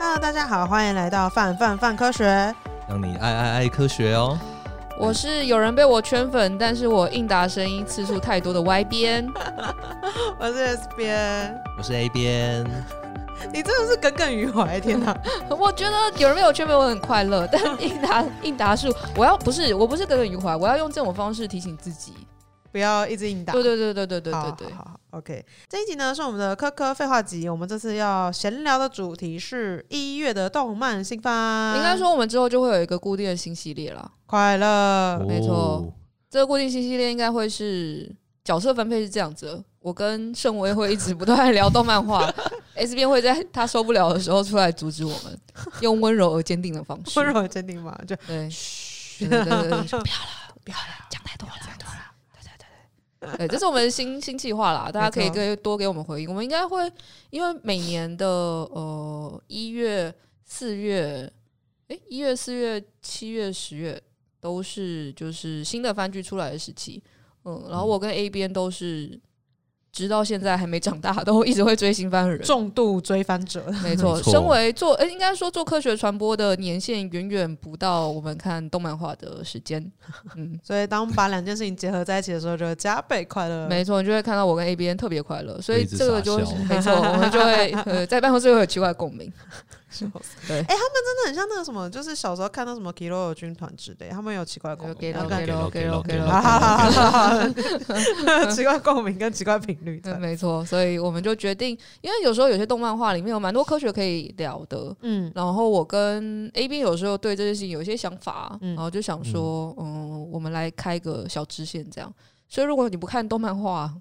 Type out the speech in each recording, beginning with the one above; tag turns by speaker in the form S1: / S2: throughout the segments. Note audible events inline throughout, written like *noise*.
S1: Hello，大家好，欢迎来到范范范科学。
S2: 让你爱爱爱科学哦。
S3: 我是有人被我圈粉，但是我应答声音次数太多的 Y 边， *laughs*
S1: 我是 S 边，
S2: 我是 A 边，
S1: 你真的是耿耿于怀，天
S3: *laughs*
S1: 哪！
S3: 我觉得有人被我圈粉，我很快乐。但应答应答数，我要不是我不是耿耿于怀，我要用这种方式提醒自己。
S1: 不要一直应答。
S3: 对对对对对对
S1: 好
S3: 对
S1: 好
S3: 对，
S1: 好好，OK。这一集呢是我们的科科废话集，我们这次要闲聊的主题是一月的动漫新番。
S3: 应该说我们之后就会有一个固定的新系列了。
S1: 快乐，
S3: 没
S2: 哦
S3: 错。这个固定新系列应该会是角色分配是这样子的，我跟盛威会一直不断地聊动漫 *laughs* 画，S 边会在他受不了的时候出来阻止我们，用温柔而坚定的方式。
S1: 温柔坚定嘛，就 *laughs*
S3: 对，
S1: 嘘
S3: 哎 *laughs* 对对对对，说不要了，不要了，讲太多了，讲太多了。对对对对，对， *laughs* 这是我们的新新计划啦，大家可以
S1: 没错
S3: 给多给我们回应。我们应该会，因为每年的呃一月、四月，诶，一月、四月、七月、十月都是就是新的番剧出来的时期，嗯，然后我跟 A 边都是直到现在还没长大，都一直会追新番的人。
S1: 重度追番者。
S3: 没错
S2: 没，错
S3: 身为做，呃，应该说做科学传播的年限远远不到我们看动漫画的时间。嗯，
S1: 所以当把两件事情结合在一起的时候，就会加倍快乐。
S3: 没错，你就会看到我跟 A B N 特别快乐，所以
S2: 一直
S3: 这个
S2: 傻
S3: 就是
S2: 笑
S1: *laughs*
S3: 没错，我们就会呃在办公室会有奇怪的共鸣。对，
S1: 真的很像那个什么，就是小时候看到什么 Kilo 军团之类，他们有奇怪的共鸣，
S3: 给
S1: 然
S3: 了
S1: 后
S3: 给
S1: 感觉
S3: 了给了给
S1: 好好
S3: 了，
S1: 好好好
S3: *laughs*
S1: 好奇怪共鸣跟奇怪频 *laughs* 率
S3: 嗯
S1: 的。
S3: 没错，所以我们就决定，因为有时候有些动漫画里面有蛮多科学可以聊的。
S1: 嗯，
S3: 然后我跟 A B 有时候对这件事情有一些想法，
S1: 嗯
S3: 然后就想说，嗯，我们来开个小支线这样。所以如果你不看动漫画，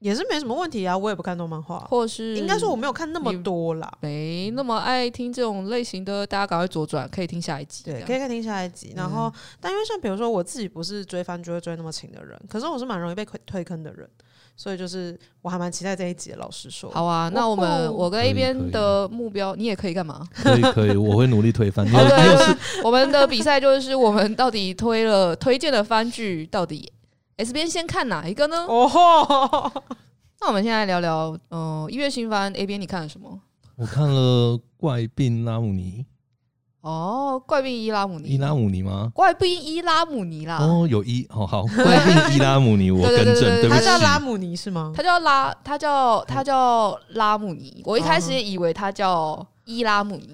S1: 也是没什么问题啊，我也不看动漫画，
S3: 或是
S1: 应该说我没有看那么多啦。
S3: 没那么爱听这种类型的，大家赶快左转，可以听下一集。
S1: 对，
S3: 这样
S1: 可以可以听下一集。
S3: 嗯
S1: 然后，但因为像比如说我自己不是追番就会追那么勤的人，可是我是蛮容易被推推坑的人，所以就是我还蛮期待这一集的。老实说，
S3: 好啊，那我
S1: 哇
S3: 们
S1: 哦
S3: 我跟
S2: 可以
S3: A
S2: 可
S3: 边
S2: 以
S3: 的目标，你也可以干嘛？
S2: 可以可以，我会努力推翻。你有
S3: 哦对
S2: 你有
S3: 对
S2: 是
S3: 我们的比赛就是我们到底推了推荐的番剧到底 S 边先看哪一个呢？
S1: 哦吼，
S3: 那我们现在聊聊，嗯，一月新番 A 边你看了什么？
S2: 我看了《怪病拉姆尼
S3: 哦，怪病伊拉姆》，
S2: 伊
S3: 尼，啊
S2: 拉姆尼吗？
S3: 怪病伊拉姆尼啦，
S2: 哦，有伊哦，好，怪病伊拉姆尼，我
S3: 对
S2: 更
S3: 对对
S2: 正，
S3: 对
S2: *laughs* 对不
S1: 他
S2: 起
S1: 叫。拉姆尼是
S3: *laughs*
S1: 吗？
S3: 他叫拉，他叫他叫拉姆尼。我一开始也以为他叫伊拉姆
S2: *laughs*
S3: 尼，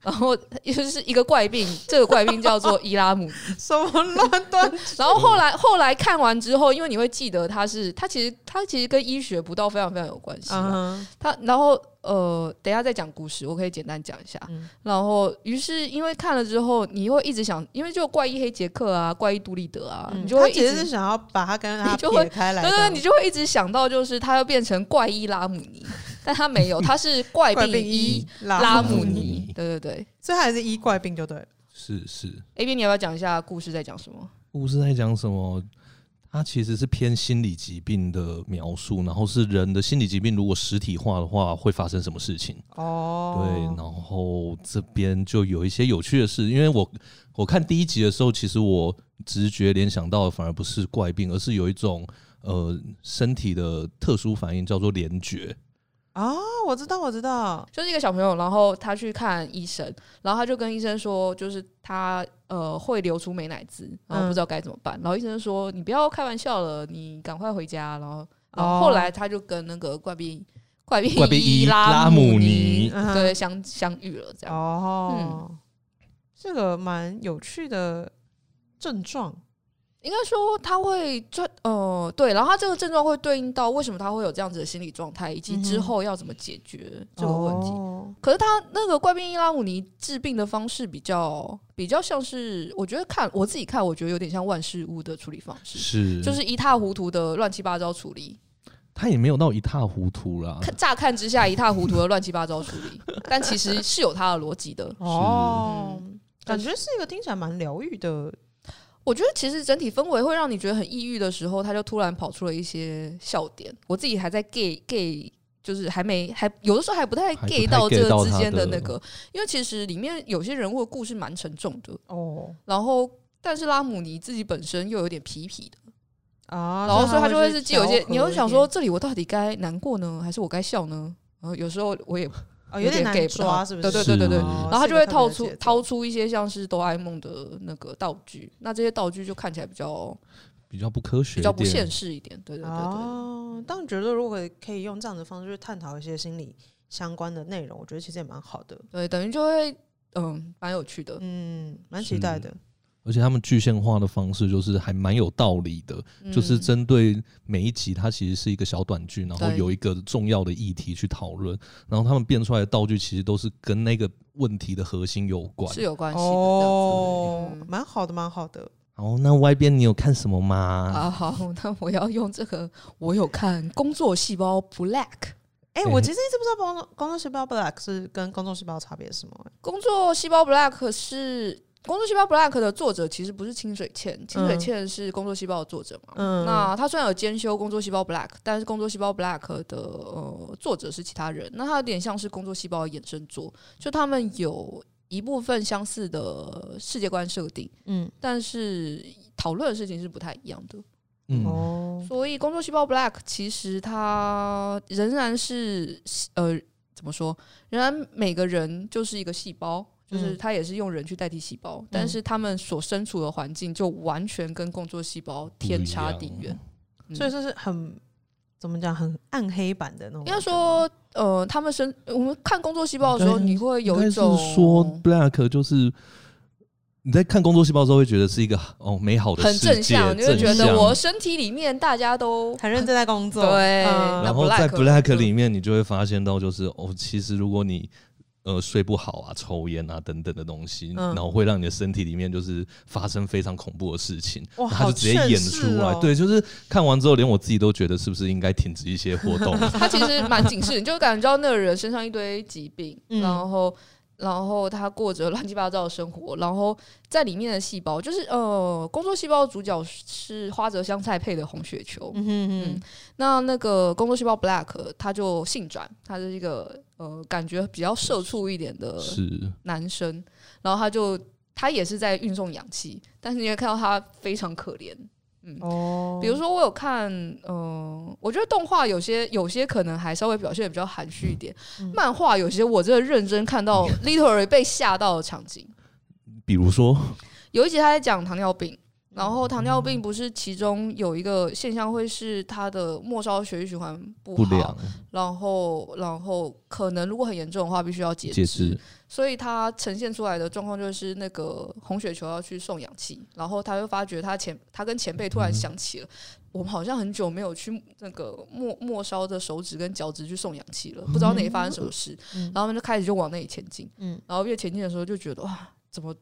S3: 然后就是一个怪病，这个怪病叫做伊拉姆尼。
S1: 什么乱炖？
S3: 然后后来后来看完之后，因为你会记得他是他其实他其实跟医学不到非常非常有关系啊、
S1: 嗯哼，
S3: 他然后呃，等一下再讲故事，我可以简单讲一下。
S1: 嗯
S3: 然后于是因为看了之后，你会一直想，因为就怪医黑杰克啊，怪医杜立德啊，
S1: 嗯
S3: 你就会
S1: 他
S3: 一
S1: 其
S3: 直
S1: 实是想要把他跟他
S3: 你就会
S1: 撇开来
S3: 对
S1: 的，
S3: 对对，你就会一直想到，就是他要变成怪医拉姆尼，但他没有，他是
S1: *laughs*
S3: 怪
S1: 怪
S3: 病
S1: 病
S3: 医
S1: 一
S3: 拉
S1: 拉
S3: 姆
S2: 姆
S3: 尼
S2: 尼。
S3: 对对对
S1: 所以他还是一怪病就对了。
S2: 是是，
S3: ，A B，你要不要讲一下故事在讲什么？
S2: 故事在讲什么？它其实是偏心理疾病的描述，然后是人的心理疾病如果实体化的话，会发生什么事情？对，
S1: 哦，
S2: 然后这边就有一些有趣的事，因为我我看第一集的时候，其实我直觉联想到的反而不是怪病，而是有一种呃身体的特殊反应叫做联觉。
S1: 啊，我知道，我知道，
S3: 就是一个小朋友，然后他去看医生，然后他就跟医生说，就是他呃会流出美乃滋，然后不知道该怎么办。然后医生说你不要开玩笑了，你赶快回家。然后，然后后来他就跟那个怪病怪病
S2: 怪病医
S3: 拉
S2: 拉姆
S3: 尼
S2: 尼
S1: 嗯
S3: 对相相遇了，这样。
S1: 哦，
S3: 嗯
S1: 这个蛮有趣的症状，
S3: 应该说他会专呃对，然后他这个症状会对应到为什么他会有这样子的心理状态，以及
S1: 嗯哼
S3: 之后要怎么解决这个问题。
S1: 哦
S3: 可是他那个怪病伊拉姆尼治病的方式比较比较像是，我觉得看我自己看，我觉得有点像万事屋的处理方式，
S2: 是，
S3: 就是一塌糊涂的乱七八糟处理。
S2: 他也没有到一塌糊涂啦，
S3: 看乍看之下一塌糊涂的乱七八糟处理， *laughs* 但其实是有它的逻辑的。
S1: 哦，感觉是一个听起来蛮疗愈的，
S3: 我觉得其实整体氛围会让你觉得很抑郁的时候，他就突然跑出了一些笑点。我自己还在 gay gay，就是还没还有的时候还不太
S2: 还不太
S3: gay 到这
S2: get 到
S3: 个之
S2: 他
S3: 间
S2: 的
S3: 的那个，因为其实里面有些人物的故事蛮沉重的，
S1: 哦
S3: 然后。但是拉姆尼自己本身又有点皮皮的，
S1: 啊，
S3: 哦然后所以他就会
S1: 是
S3: 是既有一些，你会想说，这里我到底该难过呢，还是我该笑呢？然后有时候我也
S1: 哦，有
S3: 点
S1: 点难
S3: get 不到
S1: 抓，是不是？
S3: 对对对对对，
S1: 哦
S3: 然后他
S1: 是
S3: 就
S1: 一个特
S3: 会
S1: 别
S3: 掏
S1: 的
S3: 出
S1: 节奏
S3: 掏出一些像是哆啦 A 梦的那个道具，那这些道具就看起来比较
S2: 比较不科学
S3: 比
S2: 一点，
S3: 较不现实一点，对对对对，
S1: 哦，但我觉得如果可以用这样的方式去探讨一些心理相关的内容，我觉得其实也蛮好的，
S3: 对，等于就会嗯蛮有趣的，
S1: 嗯，蛮期待的。
S2: 而且他们具象化的方式就是还蛮有道理的，就是
S3: 嗯
S2: 针对每一集，它其实是一个小短剧，然后
S3: 对
S2: 有一个重要的议题去讨论，然后他们变出来的道具其实都是跟那个问题的核心有关
S3: 是。有关系的这 *laughs*
S1: 哦
S3: 样子，嗯
S1: 蛮好的，蛮好的。
S2: 好，那外边你有看什么吗？
S3: 啊，好，那我要用这个，我有看《工作细胞 Black》。
S1: 哎、
S2: 对
S1: 我其实一直不知道工作工作细胞 black 是跟工作细胞差别是什么、欸
S3: 工作细胞 Black 是《工作细胞 Black》的作者其实不是清水茜，清水茜是《工作细胞》的作者嘛。
S1: 嗯
S3: 那他虽然有兼修《工作细胞 Black》，但是《工作细胞 Black》的呃作者是其他人，那他有点像是《工作细胞》的衍生作，就他们有一部分相似的世界观设定，
S1: 嗯，
S3: 但是讨论的事情是不太一样的。
S2: 嗯，
S1: 哦，
S3: 所以《工作细胞 Black》其实它仍然是呃怎么说？仍然每个人就是一个细胞，就是
S1: 嗯
S3: 它也是用人去代替细胞，
S2: 嗯
S3: 但是他们所身处的环境就完全跟工作细胞天差地
S2: 不一
S3: 远
S2: 样。
S3: 嗯
S1: 所以这是很怎么讲，很暗黑版的那种。
S3: 应该，说，呃，他们身我们看工作细胞的时候，
S2: 哦应该
S3: 你会有
S2: 应
S3: 一
S2: 该
S3: 种
S2: 是说 Black 就是你在看《工作细胞》的时候会觉得是一个哦美好的
S3: 很
S2: 世
S3: 正
S2: 界
S3: 向，你会觉
S2: 正
S3: 得
S2: 向
S3: 我身体里面大家都
S1: 很认真在工作，
S3: 对
S1: 嗯
S2: 然后在
S3: Black-
S2: Black 里面，你就会发现到，就是哦，其实如果你呃睡不好啊、抽烟啊等等的东西，
S1: 嗯
S2: 然后会让你的身体里面就是发生非常恐怖的事情，
S1: 哇
S2: 然后他就
S1: 好
S2: 直接演
S1: 劝世
S2: 出来。
S1: 哦
S2: 对，就是看完之后，连我自己都觉得是不是应该停止一些活
S3: *laughs*
S2: 动？
S1: *laughs*
S3: 他其实蛮警示，你就感觉到那个人身上一堆疾病，
S1: 嗯
S3: 然后然后他过着乱七八糟的生活，然后在里面的细胞就是呃，工作细胞的主角是花泽香菜配的红血球，
S1: 嗯哼哼，
S3: 那那个工作细胞 Black 他就性转，他是一个呃感觉比较社畜一点的
S2: 是，
S3: 男生，然后他就他也是在运送氧气，但是你会看到他非常可怜，嗯
S1: 哦，
S3: 比如说，我有看，呃，我觉得动画有些有些可能还稍微表现的比较含蓄一点，漫画有些我真的认真看到 literally 被吓到的场景。
S2: 比如说，
S3: 有一集他在讲糖尿病，然后糖尿病不是其中有一个现象会是他的末梢血液循环不
S2: 不
S3: 好，
S2: 良
S3: 然后然后可能如果很严重的话必须要截
S2: 解释，
S3: 所以他呈现出来的状况就是那个红血球要去送氧气，然后他就发觉他前他跟前辈突然想起了，我们好像很久没有去那个末末梢的手指跟脚趾去送氧气了，不知道那里发生什么事，
S1: 嗯
S3: 然后他们就开始就往那里前进，
S1: 嗯
S3: 然后越前进的时候就觉得哇，怎么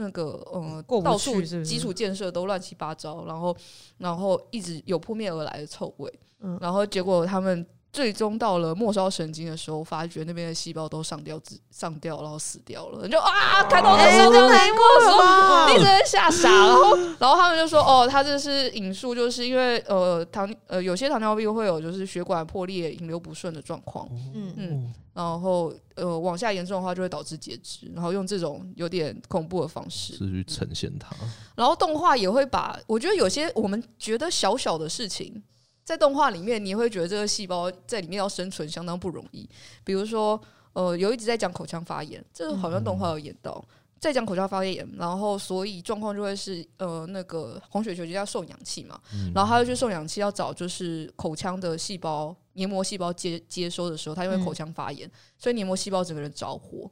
S3: 那个呃
S1: 过不
S3: 到
S1: 去
S3: 处
S1: 是不是
S3: 基础建设都乱七八糟，然后然后一直有扑面而来的臭味，
S1: 嗯
S3: 然后结果他们最终到了末梢神经的时候，发觉那边的细胞都上吊自上吊，然后死掉了，你就啊看到那上吊的一幕的时候。
S1: 哇
S3: 啊你真的吓傻，然后，然后他们就说，哦，他这是引述，就是因为呃糖呃有些糖尿病会有就是血管破裂、引流不顺的状况，
S1: 嗯
S3: 嗯，然后呃往下严重的话就会导致截肢，然后用这种有点恐怖的方式，
S2: 是去呈现它。
S3: 然后动画也会把，我觉得有些我们觉得小小的事情，在动画里面你也会觉得这个细胞在里面要生存相当不容易。比如说，呃，有一直在讲口腔发炎，这个好像动画有演到，在讲口腔发炎，然后所以状况就会是呃那个红血球就要送氧气嘛，然后他就去送氧气，要找就是口腔的细胞黏膜细胞接接收的时候，他因为口腔发炎，所以黏膜细胞整个人着火，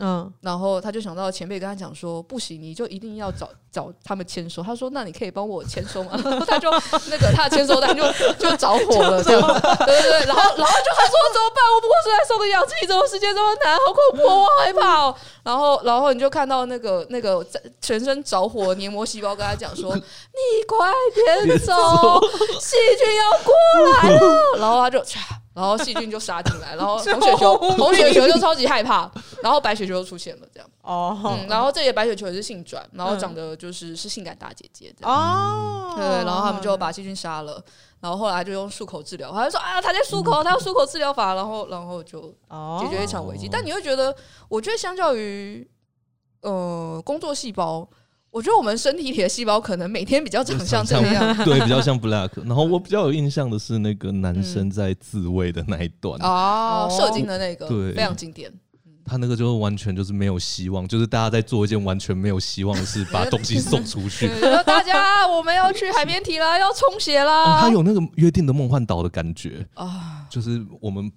S1: 嗯，
S3: 然后他就想到前辈跟他讲说，不行，你就一定要找 *laughs* 找他们签收。他说，那你可以帮我签收吗？ *laughs* 然后他就那个他的签收单就就着火了， *laughs* 这样对对对。然后然后就他说怎么办？我不过是在送的氧气，怎么时间这么难？好恐怖，我好害怕哦。然后然后你就看到那个那个在全身着火的黏膜细胞跟他讲 *laughs* 说，你快点走，细菌要过 *laughs* 来了。然后他就。然后细菌就杀进来，然 *laughs* 后红血球，红血球就超级害怕，然后白血球就出现了，这样。
S1: 哦，
S3: 嗯，然后这些白血球也是性转，然后
S1: 嗯
S3: 长得就是是性感大姐姐这样。
S1: 哦，
S3: 嗯对，然后他们就把细菌杀了，然后后来就用漱口治疗，他就说啊，他在漱口，他用漱口治疗法，然后然后就
S1: 哦
S3: 解决一场危机。
S2: 哦
S3: 但你会觉得，我觉得相较于呃工作细胞，我觉得我们身体里的细胞可能每天比较长像这个样子嗯
S2: 对，比较像 Black。然后我比较有印象的是那个男生在自慰的那一段，
S3: 哦，
S1: 哦
S3: 射精的那个
S2: 对
S3: 非常经典，
S2: 他那个就完全就是没有希望，就是大家在做一件完全没有希望的事，把东西送出去。
S3: 对就说大家我们要去海边体啦，要充血
S2: 哦，
S3: 啦，
S2: 他有那个约定的梦幻岛的感觉，
S3: 啊，
S2: 就是我们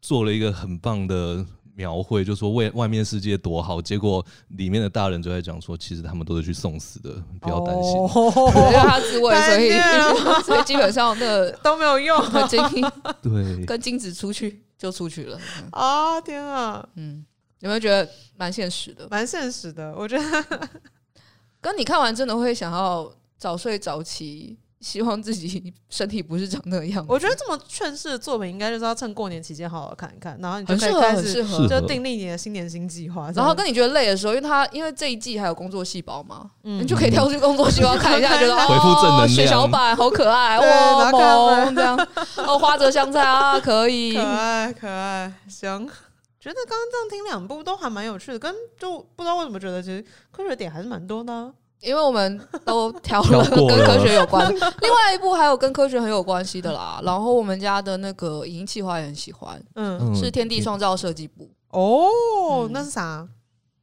S2: 做了一个很棒的描绘，就说外外面世界多好，结果里面的大人就在讲说，其实他们都是去送死的，不要担心。
S3: *laughs* 对因为
S1: 哦、
S3: 他自慰，所
S1: 太虐
S3: 以 *laughs* 所以基本上那 *laughs*
S1: 都没有用啊
S3: 那精
S2: 对，
S3: 跟精子出去就出去了，嗯
S1: 啊、天啊，
S3: 嗯，有没有觉得蛮现实的？
S1: 蛮现实的，我觉得
S3: 跟你看完真的会想要早睡早起，希望自己身体不是长那样子。
S1: 我觉得这么劝世的作品，应该就是要趁过年期间好好看一看，然后你就可
S3: 很适
S1: 以
S3: 合，
S1: 开
S3: 很
S1: 始
S3: 适合
S2: 是。
S1: 就订立你的新年新计划。
S3: 然
S1: 这
S3: 后
S1: 样
S3: 跟你觉得累的时候，因为他因为这一季还有工作细胞嘛，
S1: 嗯
S3: 你就可以挑出工作细胞看一
S1: *laughs*
S3: 下，觉得
S2: 回复正能
S3: 哦，
S2: 量
S3: 血小板好可爱，
S1: 对
S3: 哇
S1: 然后看
S3: 萌这样，哦，花泽香菜啊，可以
S1: 可，爱可爱，行。觉得刚刚这样听两部都还蛮有趣的，跟就不知道为什么觉得其实科学点还是蛮多的啊、
S3: 因为我们都
S2: *laughs*
S3: 挑
S2: 挑
S3: 了
S2: 过
S3: 跟
S2: 了
S3: 科学有关的，另外一部还有跟科学很有关系的啦。然后我们家的那个影音企划也很喜欢，
S1: 嗯，
S2: 嗯
S3: 是天地创造设计部，
S1: 哦，
S3: 嗯
S1: 那是啥？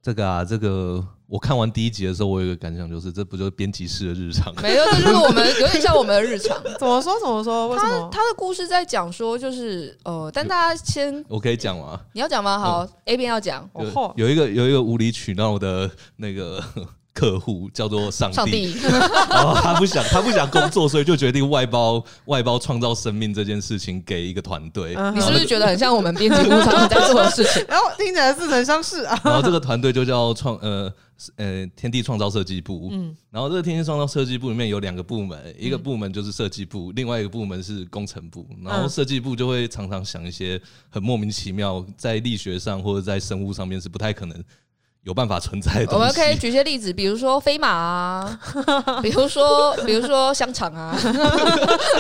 S2: 这个啊，这个我看完第一集的时候，我有一个感想，就是这不就是编辑室的日常？
S3: 没有，这就是我们有点像我们的日常。
S1: 怎么说？怎么说？ *laughs* 为什么？
S3: 他的故事在讲说，就是呃，但大家先
S2: *laughs* 我可以讲吗？
S3: 你要讲吗？
S2: 嗯
S3: 好，A 边要讲
S1: 哦
S2: 有
S1: 吼
S2: 有一个有一个无理取闹的那个 *laughs* 客户叫做上帝，*laughs*
S3: 上帝，
S2: 然后他不想他不想工作，所以就决定外包外包创造生命这件事情给一个团队。
S1: 嗯
S2: 然
S3: 你是
S2: 后
S3: 不
S2: 那
S3: 是
S2: 个
S3: 觉得很像我们编辑部常常在做的事情？
S1: 然后听起来似曾相识
S3: *laughs*
S1: 啊。
S2: *laughs* 然后这个团队就叫创呃呃天地创造设计部，
S1: 嗯
S2: 然后这个天地创造设计部里面有两个部门，一
S3: 嗯
S2: 个部门就是设计部，另外一个部门是工程部。然后设计部就会常常想一些很莫名其妙，在力学上或者在生物上面是不太可能有办法存在的
S3: 我
S2: 东
S3: 们
S2: 西。*laughs*
S3: 可以举些例子，比如说飞马啊，比如说比如说香肠啊，
S2: *laughs*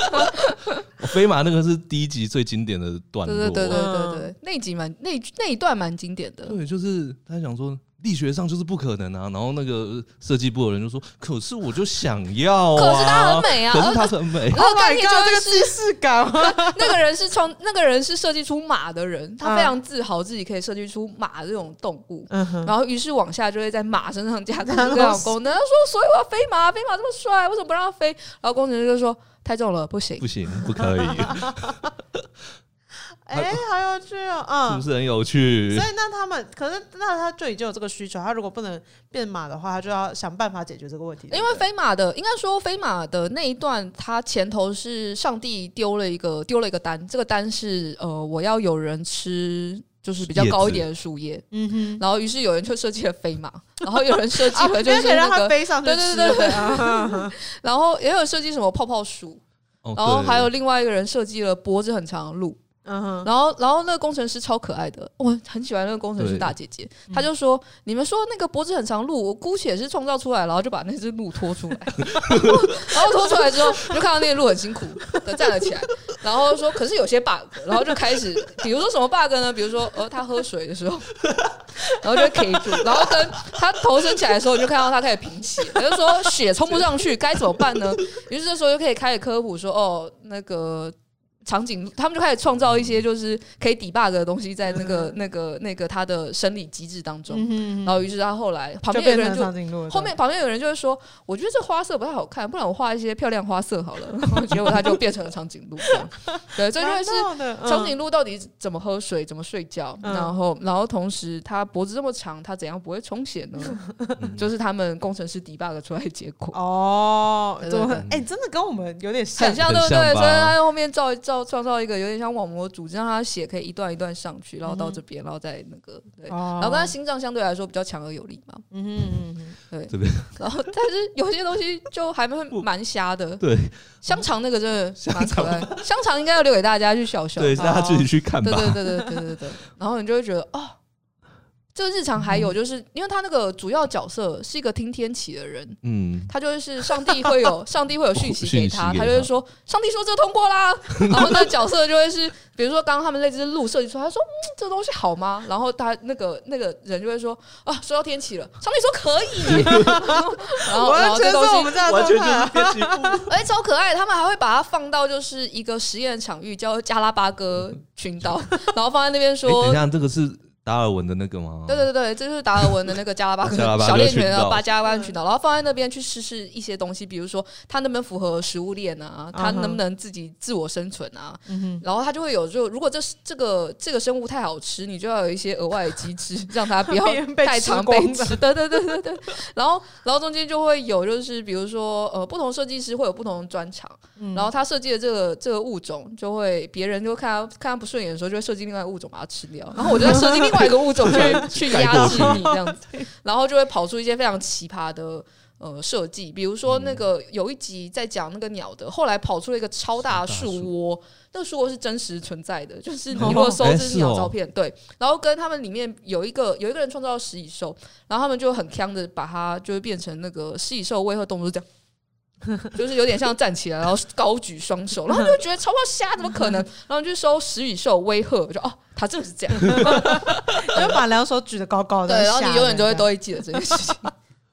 S2: 飞马那个是第一集最经典的段
S3: 对
S2: 落，啊
S3: 对对对对对，那一集蛮那一那一段蛮经典的。
S2: 对，就是他想说力学上就是不可能啊，然后那个设计部的人就说：“可是我就想要、
S1: 哦
S2: 啊，
S3: 可是它很美啊
S2: 可是它很美。
S3: 然后
S1: my
S3: 概念
S1: god！
S3: 就
S1: 这个
S3: 会
S1: 既
S3: 是
S1: 视感啊，
S3: *laughs* 那个人是创那个人是设计出马的人，他
S1: 嗯
S3: 非常自豪自己可以设计出马这种动物。
S1: 嗯哼，
S3: 然后于是往下就会在马身上加各
S1: 拿
S3: 种各
S1: 东
S3: 样的
S1: 西 *laughs*
S3: 功能。他说：“所以我要飞马，飞马这么帅，为什么不让它飞？”然后工程师就说：“太重了，不行。
S2: 不
S3: *laughs*
S2: 行，不可以，
S1: 哎，好有趣哦，嗯，
S2: 是不是很有趣
S1: 所以那他们，可是那他就已经有这个需求，他如果不能变马的话，他就要想办法解决这个问题。”
S3: 因为飞马的，应该说飞马的那一段，它前头是上帝丢了一个丢了一个单，这个单是呃，我要有人吃，就是比较
S2: 叶
S3: 高一
S2: 子
S3: 点的树叶。
S1: 嗯哼，
S3: 然后于是有人就设计了飞马，然后有人设
S1: *laughs*
S3: 计
S1: 啊，
S3: 了
S1: 因
S3: 就
S1: 为
S3: 是
S1: 可以让
S3: 那
S1: 它
S3: 个，
S1: 飞上去
S3: 对
S1: 吃，
S3: 对对对
S1: 啊
S3: 然后也有设计什么泡泡鼠，
S2: 哦
S3: 然后
S2: 对
S3: 还有另外一个人设计了脖子很长的鹿。
S1: 嗯哼，
S3: 然后，然后那个工程师超可爱的，我很喜欢那个工程师
S2: 对
S3: 大姐姐。她就说：“你们说那个脖子很长的鹿，我姑且是创造出来，然后就把那只鹿拖出来，然后拖出来之后，就看到那个鹿很辛苦的站了起来，然后说可是有些 bug，然后就开始，比如说什么 bug 呢？比如说呃，他喝水的时候，然后就 K 住，然后跟他头伸起来的时候，你就看到他开始贫血，他就说血冲不上去，该怎么办呢？于是这时候就可以开始科普说，哦，那个长颈，他们就开始创造一些就是可以 debug 的东西在那个、那个那个他的生理机制当中。
S1: 嗯哼，
S3: 然后于是他后来旁
S1: 就
S3: 边有一
S1: 变
S3: 个
S1: 成
S3: 人就
S1: 长颈鹿了。
S3: 后面旁边有人就会说，我觉得这花色不太好看，不然我画一些漂亮花色好了。
S1: *laughs*
S3: 然后结果他就变成了长颈鹿这样。对，这
S1: 对
S3: 就是
S1: 蛮妙的
S3: 长颈鹿到底怎么喝水、怎么睡觉，
S1: 嗯
S3: 然后然后同时它脖子这么长，它怎样不会充血呢？
S2: 嗯
S3: 就是他们工程师 debug 出来的结
S1: 嗯
S3: 果。
S1: 哦，
S3: 对对
S1: 怎么
S3: 对
S1: 哎，真的跟我们有点像
S3: 很，像，对不
S2: 很
S3: 对？
S2: 像吧
S3: 所以他在后面造造创造一个有点像网膜组织，让他血可以一段一段上去，然后到这边，然后再那个对，
S1: 然
S3: 然后跟他心脏相对来说比较强而有力嘛，
S1: 哦嗯哼嗯哼
S3: 对。
S2: 这边
S3: 然后但是有些东西就还蛮蛮瞎的，
S2: 对
S3: 香肠那个真的蛮可爱，香肠应该要留给大家去笑笑。
S2: 对，大家自己去看吧。
S3: 对对对对对对对。然后你就会觉得哦，这个日常还
S2: 嗯
S3: 有就是，因为他那个主要角色是一个听天启的人，
S2: 嗯，
S3: 他就是上帝
S2: *laughs*
S3: 会有上帝会有讯息给
S2: 讯
S3: 他，
S2: 息给他
S3: 他就是说上帝说这通过
S2: *laughs*
S3: 啦。然后那个角色就会是，比如说刚刚他们类似录设计出来，他说嗯这东西好吗？然后他那个那个人就会说啊说到天启了，上帝说可
S2: *laughs*
S3: 以。然后然
S1: 完
S3: 后
S1: 全
S3: 这
S1: 是
S3: 东
S1: 我
S3: 西
S1: 们。家的
S4: 完全
S1: 状
S4: 就
S1: 态
S4: 是
S3: *laughs*
S1: 啊。
S4: 天气部。
S3: 而且超可爱，他们还会把它放到就是一个实验场域，叫加拉巴哥群
S2: *laughs*
S3: 岛，然后放在那边
S2: 哎，等
S3: 说
S2: 一，下，这个是达尔文的那个吗？
S3: 对对对对，这就是达尔文的那个加拉巴哥
S2: 哦加拉巴哥
S3: 小猎
S2: 群
S3: 犬
S2: 岛
S3: 啊，把加拉巴哥群岛，然后放在那边去试试一些东西，比如说它能不能符合食物链啊，它
S1: 嗯哼
S3: 能不能自己自我生存啊，
S1: 嗯哼
S3: 然后它就会有就如果这是这个这个生物太好吃，你就要有一些额外的机制， *laughs* 让它不要
S1: 被
S3: 太
S1: 吃
S3: 常被
S1: 光的
S3: 吃。对对对对对，然后然后中间就会有就是比如说呃不同设计师会有不同的专长。
S1: 嗯
S3: 然后他设计的这个这个物种，就会别人就看他看他不顺眼的时候，就会设计另外一个物种把它吃掉。然后我就在设计另外一个物种去去
S2: 盖
S3: 压
S2: 过
S3: 制你这样子，然后就会跑出一些非常奇葩的呃设计，比如说那个有一集在讲那个鸟的，后来跑出了一个超大的
S2: 超大
S3: 树
S2: 树
S3: 窝，那个树窝是真实存在的，就是你
S1: 哦
S3: 如果搜
S2: 哎
S3: 这
S2: 是
S3: 只鸟
S2: 哦
S3: 照片，对，然后跟他们里面有一个有一个人创造了食蚁兽，然后他们就很强的把它就是变成那个食蚁兽威吓动作是这样。 *laughs* 就是有点像站起来，然后高举双手，然后就觉得超爆瞎，怎么可能？然后就收食蚁兽威吓，我就哦，他真的是这样，
S1: *laughs* 就把两手举得高高的，
S3: 对，然后你永远都会都
S1: 哎、
S3: 会记得这件事情。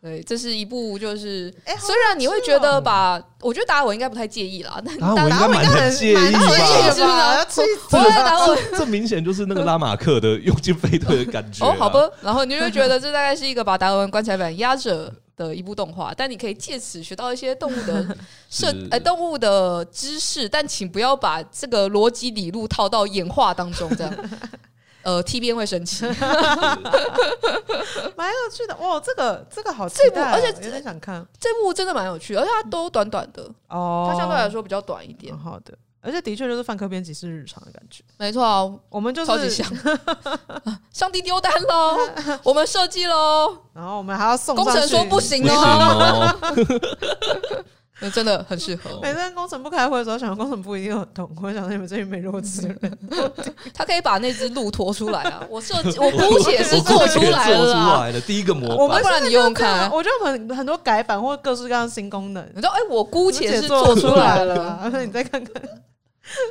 S3: 对，这是一部就是，
S1: 诶
S3: 虽然你会觉
S1: 哦
S3: 得把，我觉得达尔文应该不太介意啦，但
S2: 达尔文啊应
S1: 达
S2: 该
S1: 尔文应
S2: 蛮
S1: 该
S2: 能
S1: 很
S2: 介意
S1: 蛮
S2: 吧？
S1: 介意
S3: 是不是
S1: 吧？
S3: 呢
S1: 要气
S2: 这
S3: 我
S2: 个
S3: 觉得达尔文
S2: 这这明显就是那个拉马克的用进废退的感觉啊。
S3: 哦，好吧，然后你就会觉得这大概是一个把达尔文棺材板压着的一部动画，但你可以借此学到一些动物的
S2: *laughs*
S3: 设
S2: 是
S3: 呃动物的知识，但请不要把这个逻辑理路套到演化当中，
S2: *laughs*
S3: 这样。呃，T 边会生气，
S1: 蛮有趣的。哇，这个这个好期
S3: 这部
S1: 待哦、
S3: 而且
S1: 有点想看
S3: 这部真的蛮有趣的，而且它都短短的，
S1: 哦。
S3: 它相对来说比较短一点
S1: 蛮。好的，而且的确就是范科编辑是日常的感觉。
S3: 没错啊，
S1: 我们就
S3: 超级
S1: 是，
S3: *laughs* 像。啊上帝丢单喽， *laughs* 我们设计喽，
S1: 然后我们还要送
S3: 工
S1: 上
S3: 程
S1: 去。
S3: 说不行
S2: 不行
S3: 哦，
S2: 哦，
S3: 呃真的很适合。
S1: 每次跟工程部开会的时候，想工程部一定很痛苦，我想你们这群没肉吃的人。
S3: 他可以把那只鹿拖出来啊！我设 *laughs* 计，我
S2: 哦
S3: 姑且是做出来
S2: 做
S3: 了
S2: 出
S3: 啊，
S2: 来了，第一个模
S1: 我
S2: 板
S1: 们
S3: 不然你用用看。
S1: 我觉得很很多改版或各式各样的新功能，
S3: 你知道，哎，我姑且是
S1: 做
S3: 做出来了。
S1: 了。 *laughs* 你再看看，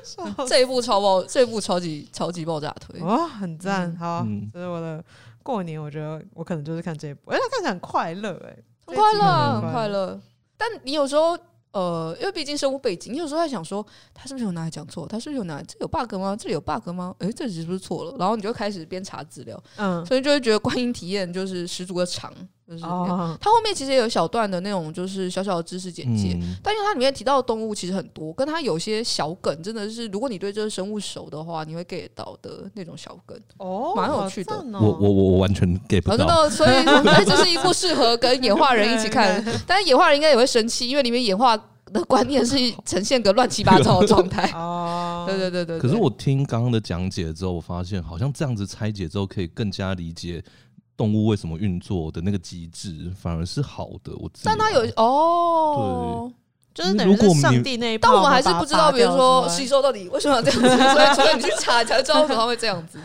S1: 笑死
S3: 这一部超爆，这一部超级超级爆炸推，
S1: 哦，很赞，
S3: 嗯
S1: 好啊，
S2: 嗯
S1: 这是我的过年，我觉得我可能就是看这一部，而且它看起来很快乐，哎，
S3: 很快乐啊，
S2: 嗯
S3: 很快乐。但你有时候。呃，因为毕竟生物背景，你有时候在想说，他是不是有哪里讲错？他是不是有哪这有 bug 吗？这里有 bug 吗？诶，这里是不是错了？然后你就开始边查资料，
S1: 嗯，
S3: 所以就会觉得观影体验就是十足的长， *laughs* 就是、
S1: 哦，
S3: 它后面其实也有小段的那种就是小小的知识简介，
S2: 嗯，
S3: 但因为它里面提到的动物其实很多，跟它有些小梗真的是，如果你对这个生物熟的话，你会 get 到的那种小梗。
S1: 哦，
S3: 蛮有趣的
S1: 好赞哦。
S2: 我我我我完全 get 不
S3: 然哦后真
S2: 到。
S3: 的，所以所以这是一部适合跟演化人一起看， *laughs* 但是演化人应该也会生气，因为里面演化的观念是呈现个乱七八糟的状态
S1: *laughs* 哦，
S3: *laughs* 对对对对对
S2: 可是我听刚刚的讲解之后，我发现好像这样子拆解之后，可以更加理解动物为什么运作的那个机制，反而是好的。我自己
S3: 但它有哦，
S1: 就是等于
S2: 如果
S1: 是
S2: 你
S1: 上帝那一
S3: 但
S1: 炮
S3: 我们
S1: 把它拔掉
S3: 还
S1: 之
S3: 是
S1: 外，
S3: 不知道，比如说吸收到底为什么要这样子，所以除非你去查，你才知道为什么它会这样子。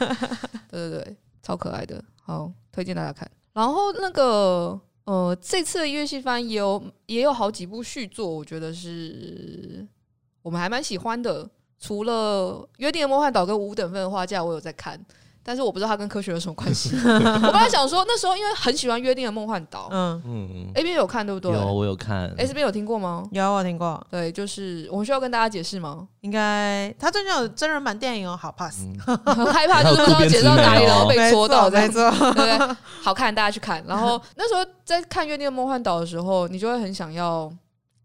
S3: 对对对，超可爱的，好推荐大家看。然后那个呃，这次的音乐戏番也有也有好几部续作，我觉得是我们还蛮喜欢的。除了《约定的梦幻岛》跟《五等份的花嫁》，我有在看，但是我不知道它跟科学有什么关系。我本来想说，那时候因为很喜欢《约定的梦幻岛》
S1: 嗯，
S2: 嗯，
S3: ，A 边有看对哎不对哎
S2: 有我有看，
S3: ？S 边有听过吗？
S1: 有啊我听过，
S3: 对，就是我们需要跟大家解释吗？
S1: 应该他最近有真人版电影哦，好 pass，
S3: *laughs*
S2: 嗯
S3: 很害怕，就是不知道解到哪里，然后被戳到这
S1: 没
S3: 样子，
S1: 错，没错
S3: 对不对？好看，大家去看。然后那时候在看《约定的梦幻岛》的时候，你就会很想要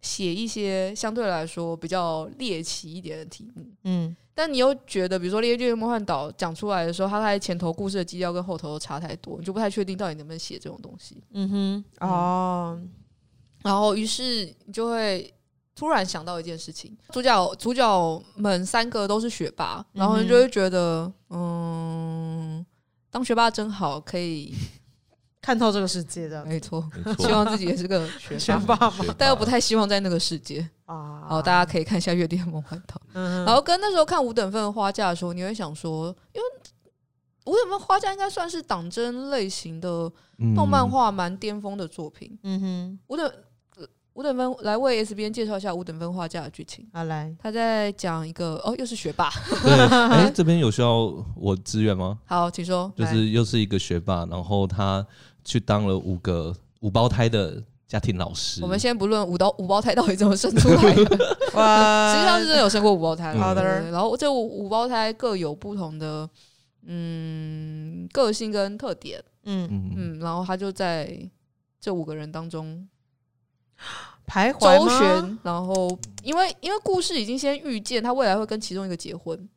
S3: 写一些相对来说比较猎奇一点的题目，
S1: 嗯，
S3: 但你又觉得，比如说《猎月的梦幻岛》讲出来的时候，它在前头故事的基调跟后头都差太多，你就不太确定到底能不能写这种东西。
S1: 嗯哼，哦，
S3: 然后于是你就会突然想到一件事情：主角主角们三个都是学霸，
S1: 嗯
S3: 然后你就会觉得，嗯，当学霸真好，可以，
S1: 看透这个世界的，*laughs*
S3: 没错，
S2: 没错
S3: 希望自己也是个学
S1: 学
S3: 霸。
S1: 霸嘛
S2: 学霸
S3: 但又不太希望在那个世界。
S1: 啊，
S3: 好，大家可以看一下《月亮梦幻岛》。
S1: 嗯哼，
S3: 然后跟那时候看五等份的花嫁的时候，你会想说，因为无脸漫画家应该算是党争类型的
S2: 嗯
S3: 动漫画蛮巅峰的作品。
S1: 嗯哼，
S3: 五等呃五等分来为 S B N 介绍一下五等分画家的剧情。
S1: 好来，
S3: 他在讲一个哦，又是学
S2: *laughs*
S3: 霸。
S2: 对，
S3: *laughs*
S2: 哎、这边有需要我支援吗？
S3: 好，请说。
S2: 就
S1: 来
S2: 是又是一个学霸，然后他去当了五个五胞胎的家庭老师。
S3: 我们先不论五胞五胞胎到底怎么生出
S2: *laughs*
S3: 来的，
S1: 哇
S3: 实际上是真的有生过五胞
S2: 嗯
S3: 胎啦。
S1: 好的
S3: 对对对然后这五五胞胎各有不同的嗯个性跟特点，
S1: 嗯
S2: 嗯，
S3: 嗯，然后他就在这五个人当中
S1: 徘徊
S3: 周
S1: 吗
S3: 旋，然后因为因为故事已经先预见他未来会跟其中一个结婚，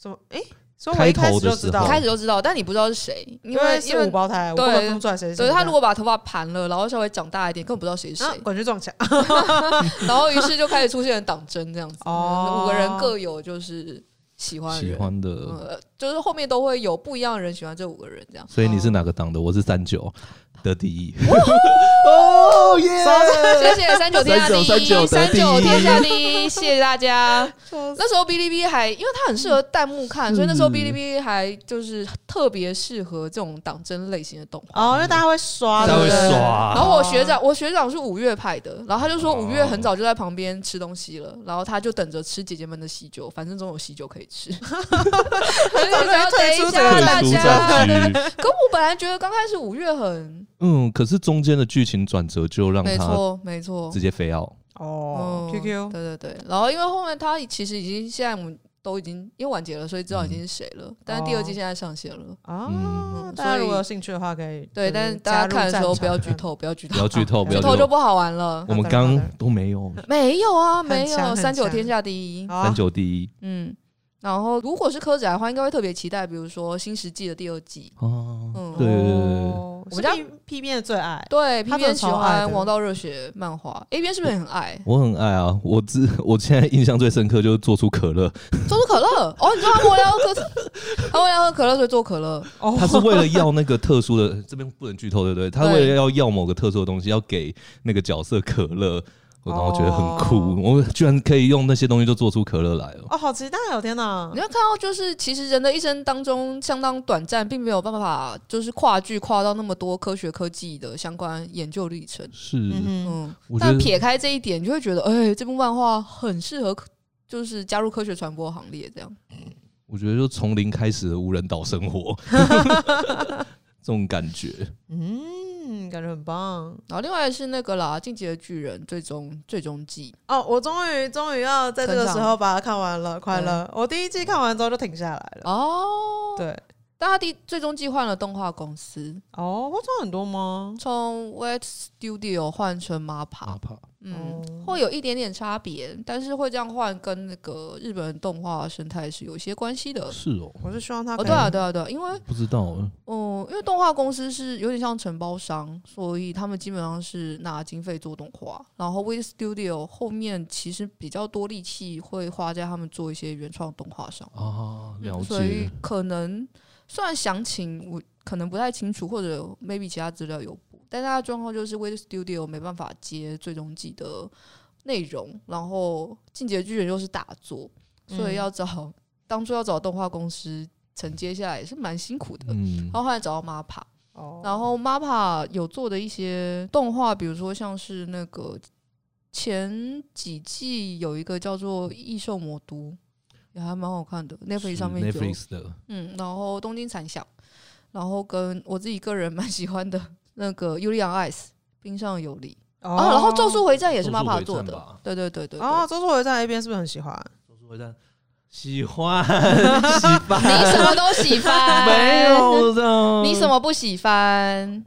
S1: 什么？哎、所以我一开始
S2: 开头的
S1: 就知
S2: 哦
S1: 道
S3: 一
S2: 时候，
S3: 开始就知道，但你不知道是谁，因
S1: 因为
S3: 因
S1: 是
S3: 为
S1: 五胞胎，我
S3: 对
S1: 根本分不出来谁是
S3: 所
S1: 谁。
S3: 以他如果把头发盘了，然后稍微长大一点，根本不知道谁是谁，
S1: 啊，滚去撞墙，
S3: *laughs* 然后于是就开始出现了党争这样子。嗯
S1: 哦
S3: 五个人各有就是喜欢的人
S2: 喜欢的。
S3: 呃，就是后面都会有不一样的人喜欢这五个人这样。
S2: 所以你是哪个党的？我是三九的第一。哦耶！
S3: 谢谢三九天下第一，
S2: 三九三
S3: 三
S2: 九得
S3: 九
S2: 第一
S3: 天下
S1: *laughs*
S3: 第一，谢谢大家。
S1: 笑死
S3: 那时候哔哩哔哩还，因为它很适合弹幕看，
S2: 是
S3: 所以那时候哔哩哔哩还就是特别适合这种党争类型的动画。
S1: 哦，因为大家会刷，
S2: 大家
S1: 对
S2: 会
S1: 不对
S2: 刷
S3: 然后我学长，我学长是五月派的，然后他就
S2: 哦
S3: 说五月很早就在旁边吃东西了，然后他就等着吃姐姐们的喜酒，反正总有喜酒可
S1: *laughs*
S3: 以吃。很
S1: 早就退出
S3: 一
S1: 这个
S3: 下
S2: *laughs*
S3: 大
S2: 退出
S3: 家。
S2: 战局。
S3: 可我本来觉得刚开始五月很，
S2: 嗯，可是中间的剧情转折就让
S3: 没
S2: 他
S3: 错没错
S2: 直，接飞
S3: *laughs*
S2: 奥。
S1: 哦
S3: 嗯
S1: ，QQ
S3: 对对对，然后因为后面他其实已经现在我们都已经因为完结了，所以知道已经是谁了。但是第二季
S1: 哦
S3: 现在上线了，
S1: 啊
S2: 嗯，
S1: 大家
S3: 所以
S1: 如果有兴趣的话，可以就
S3: 对，
S1: 是
S3: 但是大家
S1: 加入
S3: 看的时候
S1: 战
S3: 不要
S1: 场
S3: 剧透，不要剧
S2: 不
S3: 透，
S2: 要剧透，不
S1: 不
S2: 要
S3: 剧
S1: 要
S3: 透就
S2: 透。
S3: 不好玩了。
S2: 我们刚刚都没有
S3: 没有啊，没
S1: 强
S3: 有
S1: 很
S3: 三九
S1: 强
S3: 天下第一
S1: 看。，好啊
S2: 三九第一
S3: 嗯，然后如果是科仔的话，应该会特别期待，比如说《新石纪》的第二季。
S2: 哦，
S3: 嗯，
S2: 对
S1: 哦
S3: 我
S1: 我们
S3: 们家
S1: 家 P 边的最爱，
S3: 对，P
S1: 他
S3: 边
S1: 真的
S3: 喜
S1: 超爱
S3: 欢
S1: 的
S3: 王道热血漫画，A 边是不是也很爱？
S2: 我很爱啊！我只我现在印象最深刻就是做出可
S3: *laughs*
S2: 乐，
S3: 做出可乐 *laughs* 哦，你说他为了要喝，他为了要喝可乐，所以做可乐。
S1: 哦
S2: 他是为了要那个特殊的，这边不能剧透，对不对？他为了要要某个特殊的东西，要给那个角色可乐，我然后觉得
S3: 哦
S2: 很酷，我居然可以用那些东西就做出可乐来了。
S1: 哦，好期待哦！天哪
S3: 你，要看到，就是其实人的一生当中相当短暂，并没有办法就是跨剧跨到那么多科学科技的相关研究历程。
S2: 是，
S1: 嗯哼，
S3: 嗯，
S2: 我觉
S3: 但
S2: 得
S3: 撇开这一点，你就会觉得，哎、这部漫画很适合科，就是加入科学传播行列这样。
S2: 我觉得就从零开始的无人岛生
S3: *laughs*
S2: 活，这种感觉。
S1: 嗯，感觉很棒
S3: 然后另外是那个啦，《进击的巨人》最终最终季，
S1: 哦！我终于终于要在这个时候把它看完了，快乐！我第一季看完之后就停下来了，
S3: 哦，
S1: 对，
S3: 但他第最终季换了动画公司，
S1: 哦，我赚很多吗？
S3: 从 Wet Studio 换成 MAPPA，
S2: 怕
S3: 嗯，
S1: 哦
S3: 会有一点点差别，但是会这样换跟那个日本动画生态是有一些关系的。
S2: 是哦，
S1: 我是希望他
S3: 哦，
S1: 可以
S3: 对啊，对啊，对啊，因为
S2: 不知道
S3: 嗯，因为动画公司是有点像承包商，所以他们基本上是拿经费做动画。然后 We Studio 后面其实比较多力气会花在他们做一些原创动画上，
S2: 啊，了
S3: 嗯所以
S2: 解。
S3: 可能虽然详情我可能不太清楚，或者 maybe 其他资料有补，但大家状况就是 We Studio 没办法接最终季的内容，然后《进阶巨人》又是大作，所
S1: 嗯
S3: 以要找、当初要找动画公司承接下来也是蛮辛苦的。
S2: 嗯
S3: 然，后后来找到 MAPA，
S1: 哦，
S3: 然后 MAPA 有做的一些动画，比如说像是那个前几季有一个叫做《异兽魔都》，也还蛮好看的，Netflix 上面有。
S2: Netflix 的
S3: 嗯，然后《东京残响》，然后跟我自己个人蛮喜欢的那个《尤里昂 Ice》冰上有里。
S1: 哦
S3: 哦，然后《咒术回战》也是
S2: 咒术
S3: MAPA
S2: 回
S3: 做
S2: 战
S3: 的
S2: 吧。
S3: 对对对对对。 *laughs*
S1: 哦，周周回在 A 边是不是很喜欢？
S2: 咒术回战，喜欢 *laughs* 喜
S3: 你
S2: 欢，
S3: 什么都喜欢？
S2: *laughs* 没。有的。
S3: 哎你什么不喜欢？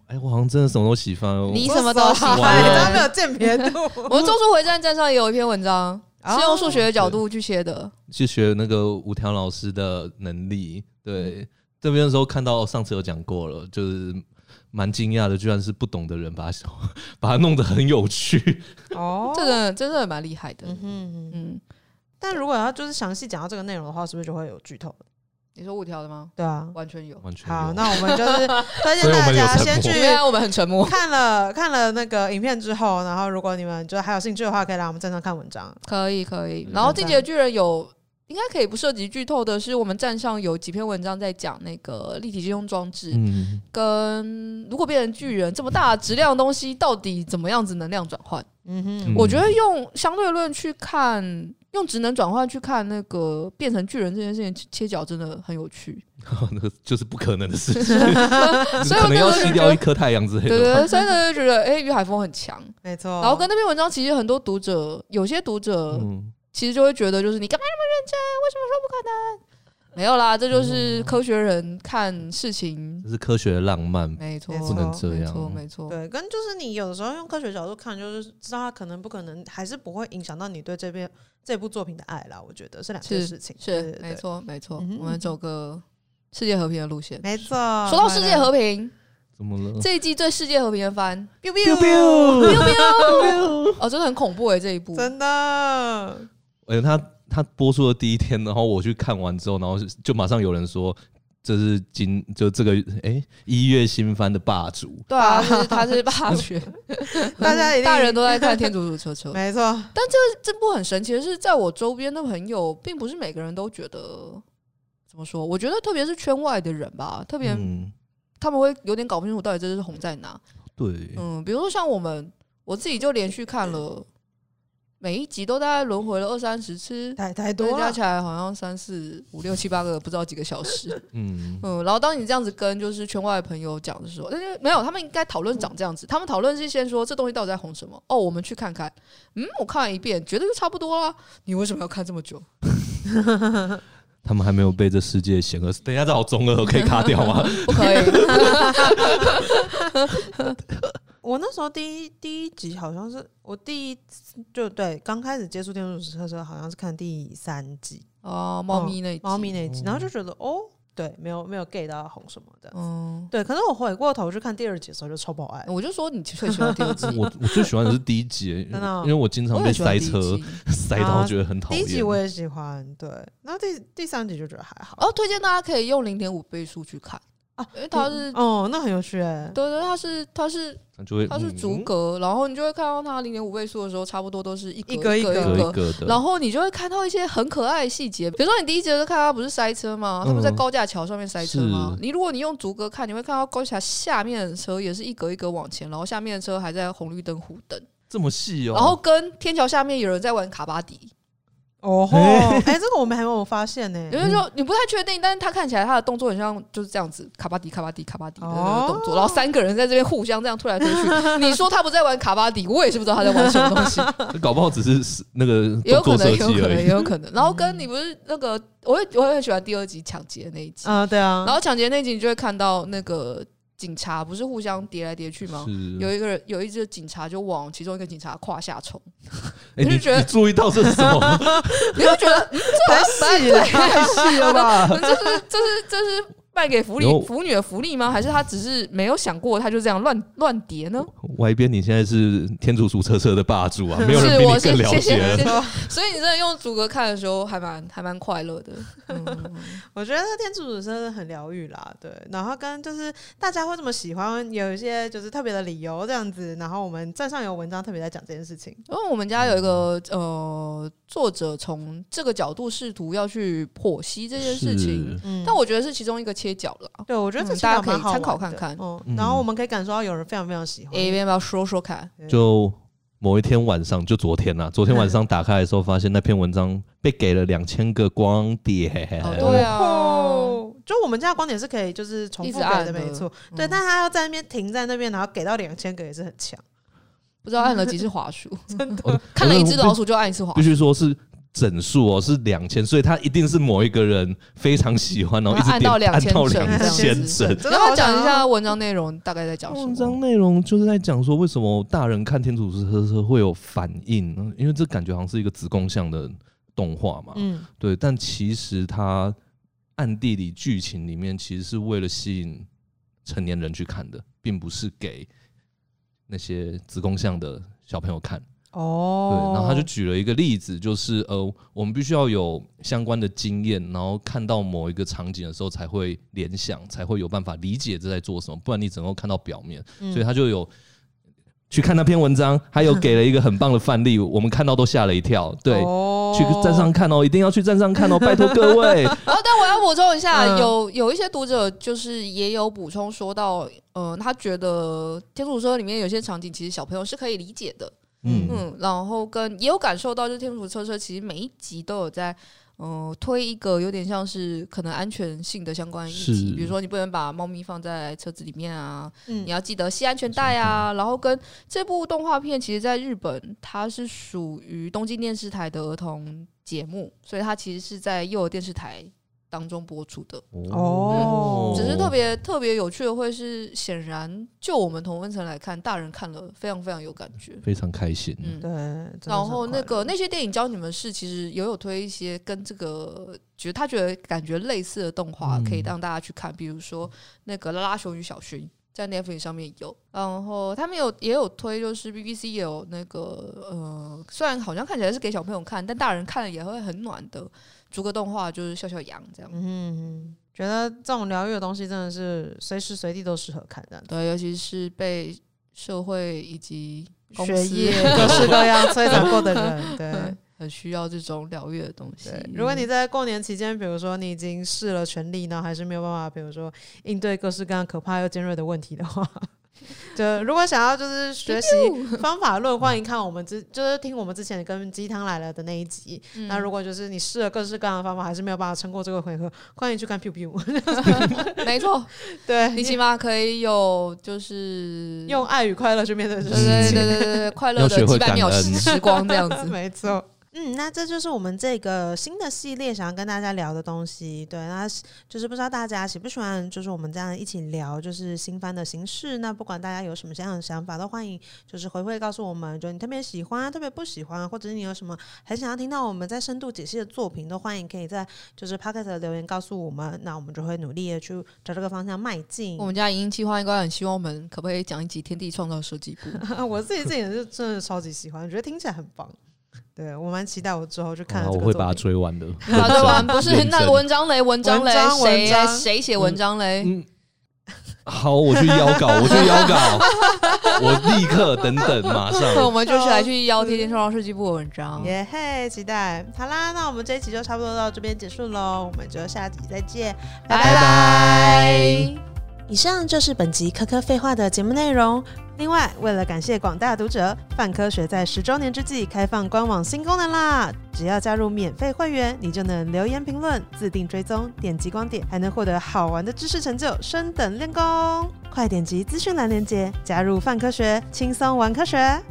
S2: 哎，我好像真的什么都喜欢哦。
S3: 你什么都喜
S1: 哇
S3: 欢
S1: 塞
S2: *laughs*
S1: 他没有鉴别
S3: *laughs*
S1: 度，
S3: 我们《咒术回战》站上也有一篇文章，
S1: 哦
S3: 是用数学的角度去写的。
S2: 去学那个五条老师的能力。对，
S3: 嗯
S2: 这边的时候看到上次有讲过了，就是蛮惊讶的，居然是不懂的人把它把它弄得很有趣。
S1: 哦，
S3: 这个真的蛮厉害的。
S1: 嗯哼，嗯
S3: 嗯，
S1: 但如果要就是详细讲到这个内容的话，是不是就会有剧透了？
S3: 你说五条的吗？
S1: 对啊，
S3: 完全有。
S2: 完全
S1: 好，
S2: 有
S1: 那我们就是
S3: *laughs*
S1: 推
S2: 所
S1: 荐
S2: 以我
S1: 大
S2: 们有
S1: 家
S2: 沉
S1: 先
S2: 默
S1: 去
S3: 因为啊我们很沉默。
S1: 看了看了那个影片之后，然后如果你们就还有兴趣的话，可以来我们站上看文章。
S3: 可以可以。
S2: 嗯
S3: 然后《进击的巨人》有应该可以不涉及剧透的是，我们站上有几篇文章在讲那个立体金融装置，
S2: 嗯， *laughs*
S3: 跟如果变成巨人这么大的质量的东西，到底怎么样子能量转换？
S1: 嗯
S2: 嗯
S1: 哼，
S3: 我觉得用相对论去看，用职能转换去看那个变成巨人这件事情切切角真的很有趣。
S2: 那个就是不可能的
S3: *laughs*
S2: 事情，
S3: 所以
S2: 可能要
S3: 我那时候
S2: 吸掉
S3: 就觉得
S2: 一颗太阳之类
S3: 对
S2: 的
S3: 对
S2: 吧。
S3: 对，所以呢就觉得，哎、于海峰很强。
S1: 没
S2: 哦
S1: 错。
S3: 然后跟那篇文章，其实很多读者，有些读者
S2: 嗯，
S3: 其实就会觉得，就是你干嘛那么认真？为什么说不可能？没有啦，这就是科学人看事情，
S2: 这是科学的浪漫，
S3: 没错，
S1: 没错
S2: 不能这
S3: 哦没
S2: 样。
S3: 错，没错。
S1: 对，跟就是你有的时候用科学角度看，就是知道它可能不可能，还是不会影响到你对这边这部作品的爱啦。我觉得是两件
S3: 是
S1: 事情，对
S3: 是
S1: 对
S3: 没
S1: 对，
S3: 错没错
S1: 嗯哼，
S3: 我们走个世界和平的路线。
S1: 没啊错。
S3: 说到世界和平，
S2: 怎么了？
S3: 这一季最世界和平的番
S1: biu
S2: ，biu
S1: biu，
S3: 哦，真的很恐怖哎，这一
S1: 嗯
S3: 部 *laughs*
S1: 真的，
S2: 哎、他他播出的第一天，然后我去看完之后，然后就马上有人说这是今就这个哎一、月新番的霸主，
S3: 对
S1: *laughs*
S3: 啊，就是他
S2: *laughs*
S3: 是霸权，
S1: 大家一定
S3: 大人都在看《天竺鼠车车》
S1: *laughs* 没错，
S3: 这部很神奇的是，在我周边的朋友，并不是每个人都觉得怎么说。我觉得特别是圈外的人吧，特别、
S2: 嗯，
S3: 他们会有点搞不清楚到底这是红在哪。
S2: 对，
S3: 嗯，比如说像我们，我自己就连续看了每一集，都大概轮回了二三十次，
S1: 太太
S3: 对
S1: 多
S3: 加
S1: 了
S3: 起，来好像三四五六七八个，不知道几个小时。 *laughs*
S2: 嗯，
S3: 嗯，然后当你这样子跟就是圈外的朋友讲的时候，但是没有，他们应该讨论长这样子，他们讨论是先说这东西到底在红什么？哦，我们去看看。嗯，我看了一遍，觉得就差不多啦。你为什么要看这么久？
S2: 他们还没有被这世界险恶。等一下，这好中
S3: *laughs*
S2: 二，可以卡掉吗？
S3: 不可以，
S1: 我那时候第一第一集好像是我第一次就对刚开始接触《天竺鼠车车》，好像是看第三集
S3: *laughs* 哦，猫咪那一集
S1: 猫咪，那一集，
S2: 哦
S1: 然后就觉得哦，对，没有没有 get 到红什么的。
S3: 嗯，
S1: 对，可是我回过头去看第二集的时候，就超爆爱。
S3: 我就说你最喜欢第二季，
S2: 我我最喜欢的是第一集，因为
S1: 真的哦
S2: 因为我经常
S3: *laughs* 我
S2: 被
S3: 也喜欢
S2: 塞
S3: 第一啊
S2: 车
S3: 季。
S2: 塞到，觉得很讨
S1: 第
S2: 厌。
S1: 一集我也喜欢，对，然后第第三集就觉得还好。
S3: 哦，推荐大家可以用零点五倍速去看
S1: 啊
S3: 因为它是，
S1: 哦，那很有趣哎、
S3: 对对，它是它是
S2: 那就会
S3: 它是
S2: 嗯
S3: 逐格，然后你就会看到它零点五倍速的时候，差不多都是一格
S1: 一格
S3: 一
S1: 一
S2: 格
S1: 格
S2: 一
S3: 格。
S2: 个的，
S3: 然后你就会看到一些很可爱的细节，比如说你第一节就看它不是塞车吗？
S2: 嗯
S3: 它不是在高架桥上面塞车吗？
S2: 是
S3: 你如果你用逐格看，你会看到高架桥下面的车也是一格一格往前，然后下面的车还在红绿灯互等，
S2: 这么细哦，
S3: 然后跟天桥下面有人在玩卡巴迪，
S1: 哦
S3: *laughs*
S1: 吼，
S2: 哎
S1: 哎、这个我们还没有发现呢、
S3: 有人说你不太确定，但是他看起来他的动作很像就是这样子，卡巴迪卡巴迪卡巴迪的那个动作，
S2: 哦
S3: 然后三个人在这边互相这样推来推去。你说他不在玩卡巴迪，我也是不知道他在玩什么东西，
S2: 搞不好只是是那个
S3: 也有
S2: 动
S3: 可
S2: 作
S3: 能，
S2: 设
S3: 也有
S2: 计
S3: 可能，
S2: 而
S3: 也
S2: 已。嗯
S3: 有可能。然后跟你不是那个，我也我也很喜欢第二集抢劫那一
S2: 嗯
S3: 集，
S1: 啊、对啊，
S3: 然后抢劫那一集你就会看到那个警察不是互相叠来叠去吗？有
S2: 是，
S3: 一个人，有一只警察就往其中一个警察胯下冲，
S2: 哎，
S3: 我
S2: 你
S3: 就觉得
S2: 你注意到这是什么？
S3: 你就觉得
S1: 太细了，太
S3: *laughs*
S1: 细了吧？
S3: 这是这是这是卖给福利
S2: 然后
S3: 腐女的福利吗？还是他只是没有想过，他就这样乱乱叠呢？
S2: 歪边，你现在是天竺鼠车车的霸主啊，没有人
S3: 是
S2: 比
S3: 我
S2: 你
S3: 是
S2: 更了
S3: 谢
S2: 解
S3: 谢
S2: 了
S3: 谢。谢。 *laughs* 所以你真的用逐格看的时候，还蛮还蛮快乐的。嗯，
S1: 我觉得天竺鼠真的很疗愈啦，对。然后跟就是大家会这么喜欢，有一些就是特别的理由这样子。然后我们站上有文章特别在讲这件事情，
S3: 因为我们家有一个呃作者从这个角度试图要去剖析这件事情，
S2: 是，
S1: 嗯，
S3: 但我觉得是其中一个切角了。
S1: 对我觉得这
S3: 嗯
S1: 其实
S3: 大家
S1: 还蛮
S3: 可以
S1: 好
S3: 参考
S1: 玩
S3: 看
S1: 的
S3: 看
S1: 嗯
S2: 嗯，
S1: 然后我们可以感受到有人非常非常喜欢，
S3: A 边要不要说说看？
S2: 就某一天晚上，就昨天啊，昨天晚上打开的时候，发现那篇文章被给了两千个光点。
S3: 哦，对啊，
S1: 哦，就我们家的观点是可以就是重
S3: 一
S1: 复
S3: 直
S1: 给
S3: 按
S1: 的，
S3: 的
S1: 没错。
S3: 嗯
S1: 对，但他要在那边停在那边，然后给到两千个也是很强。
S3: 不知道按了几次滑鼠，
S2: 我
S3: 看了一只
S2: 我
S3: 老鼠就按一次滑
S2: 必，须说是整数哦，是两千，所以他一定是某一个人非常喜欢，然后一直
S3: 然后按
S2: 点
S3: 到
S2: 按到
S3: 2000
S2: 两千
S1: 整真
S2: 整。
S3: 你
S1: 的
S3: 要不
S1: 好
S3: 要讲一
S1: 想
S3: 下
S1: 要
S3: 文章内容大概在讲什
S2: 文
S3: 么哦
S2: 章？内容就是在讲说，为什么大人看《天竺鼠车车》会有反应，嗯因为这感觉好像是一个子宫向的动画嘛，
S1: 嗯，
S2: 对。但其实它暗地里剧情里面其实是为了吸引成年人去看的，并不是给那些子宫向的小朋友看。
S1: 哦
S2: 对，然后他就举了一个例子，就是呃，我们必须要有相关的经验，然后看到某一个场景的时候才会联想，才会有办法理解这在做什么，不然你只能够看到表面。
S1: 嗯
S2: 所以
S3: 嗯
S2: 他就有去看那篇文章，还有给了一个很棒的范例，我们看到都吓了一跳。对，
S1: 哦，
S2: 去站上看哦，一定要去站上看哦，拜托各位。
S3: 哦，但我要补充一下，
S1: 嗯
S3: 有有一些读者就是也有补充说到，呃，他觉得《天竺鼠车》里面有些场景其实小朋友是可以理解的，
S2: 嗯，
S3: 嗯，然后跟也有感受到，就是《天竺鼠车车》其实每一集都有在。呃，推一个有点像是可能安全性的相关议题，
S2: 是
S3: 比如说你不能把猫咪放在车子里面啊，
S1: 嗯
S3: 你要记得系安全带啊。然后跟这部动画片，其实在日本它是属于东京电视台的儿童节目，所以它其实是在幼儿电视台当中播出的。
S1: 哦
S3: 只是特别特别有趣的会是，显然就我们同温层来看，大人看了非常非常有感觉。
S2: 非常开心。
S3: 嗯，
S1: 对，真的是
S3: 然后那
S1: 很快乐
S3: 个那些电影教你们是，其实也有推一些跟这个觉得他觉得感觉类似的动画，
S2: 嗯
S3: 可以让大家去看，比如说那个《拉拉熊与小薰》在 Netflix 上面有，然后他们有也有推，就是 BBC 也有那个呃，虽然好像看起来是给小朋友看，但大人看了也会很暖的逐个动画，就是笑笑羊这样。
S1: 嗯，觉得这种疗愈的东西真的是随时随地都适合看这样子。
S3: 对，尤其是被社会以及公
S1: 学
S3: 司
S1: 业各式各样摧残过的人，对
S3: *laughs* 对。很需要这种疗愈的东西
S1: 对，。如果你在过年期间，比如说你已经试了全力，然后还是没有办法，比如说应对各式各样可怕又尖锐的问题的
S3: *laughs*
S1: 话，就如果想要就是学习方法论，欢迎看我们之就是听我们之前跟鸡汤来了的那一集。
S3: 嗯
S1: 那如果就是你试了各式各样的方法，还是没有办法撑过这个回合，欢迎去看 Piu Piu。
S3: *laughs* 没错，
S1: *laughs* 对，
S3: 你起码可以有就是
S1: 用爱与快乐去面对这
S3: 对
S1: 件事
S3: 对
S1: 情。
S3: 对对对对快乐
S2: 要
S3: 的
S2: 学会
S3: 几百秒
S2: 感
S3: 时
S2: 恩
S3: 时光这
S1: *laughs*
S3: 样子。
S1: 没错。嗯，那这就是我们这个新的系列想要跟大家聊的东西。对，那是就是不知道大家喜不喜欢，就是我们这样一起聊，就是新番的形式。那不管大家有什么样的想法，都欢迎就是回馈告诉我们，就你特别喜欢、啊特别不喜欢，或者是你有什么很想要听到我们在深度解析的作品，都欢迎可以在就是 p o c k e t 的留言告诉我们。那我们就会努力的去朝这个方向迈进
S3: 我。们家影音计划应该很希望我们可不可以讲一集天地创造设计部？
S1: 啊我自己自己也是真的超级喜欢，觉得听起来很棒。对我蛮期待我之后去看
S2: 好
S1: 了
S2: 啦
S1: 这
S2: 哦我
S1: 个
S2: 会
S1: 作
S2: 把它
S1: 品
S2: 追完的。
S3: 啊，对吧？不是
S2: 认
S3: 那
S2: 真 *laughs*
S3: 文章嘞，文章
S1: 文，
S3: 嘞
S1: 章
S3: 谁
S1: 文章
S3: 谁写文章嘞？
S2: 嗯，好，我去邀稿，我去邀稿，我立刻等等，马
S3: 所以我
S2: 上。
S3: 们就是来去邀天天创造设计部的文章。
S1: 耶嘿，期待！好啦，那我们这一期就差不多到这边结束喽，我们就下集再见，拜拜。
S3: 拜。
S1: 以上就是本集科科废话的节目内容。另外，为了感谢广大读者，泛科学在十周年之际开放官网新功能啦！只要加入免费会员，你就能留言评论、自定追踪、点击光点，还能获得好玩的知识成就，升等练功！快点击资讯栏链接，加入泛科学，轻松玩科学。